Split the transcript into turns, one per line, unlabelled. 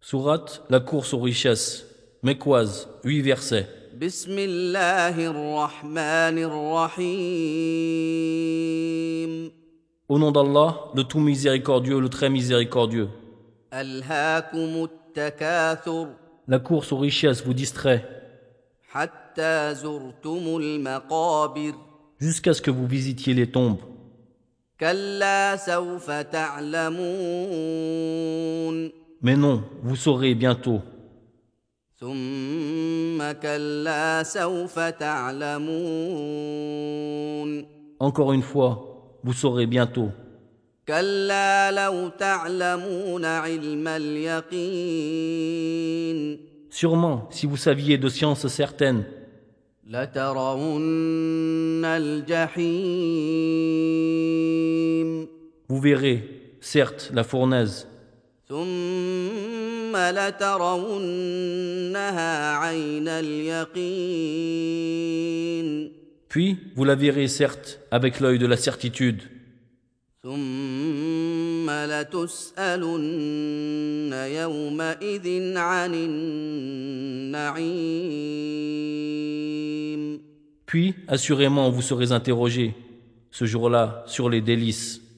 Sourate La course aux richesses. Mekwaz, 8 versets.
بسم الله الرحمن الرحيم
Au nom d'Allah, le tout miséricordieux, le très miséricordieux.
ألهاكم التكاثر
La course aux richesses vous distrait
حتى زرتم المقابر
jusqu'à ce que vous visitiez les tombes.
كلا سوف تعلمون
Mais non, vous saurez bientôt.
ثم كلا سوف تعلمون
Encore une fois, vous saurez bientôt.
كلا لو تعلمون علم اليقين
Sûrement, si vous saviez de sciences certaines,
لترون الجحيم
vous verrez, certes, la fournaise,
ثم لترونها عين اليقين
puis vous la verrez, certes, avec l'œil de la certitude,
ثم لتسالن يومئذ عن النعيم
puis, assurément, vous serez interrogé, ce jour-là, sur les délices.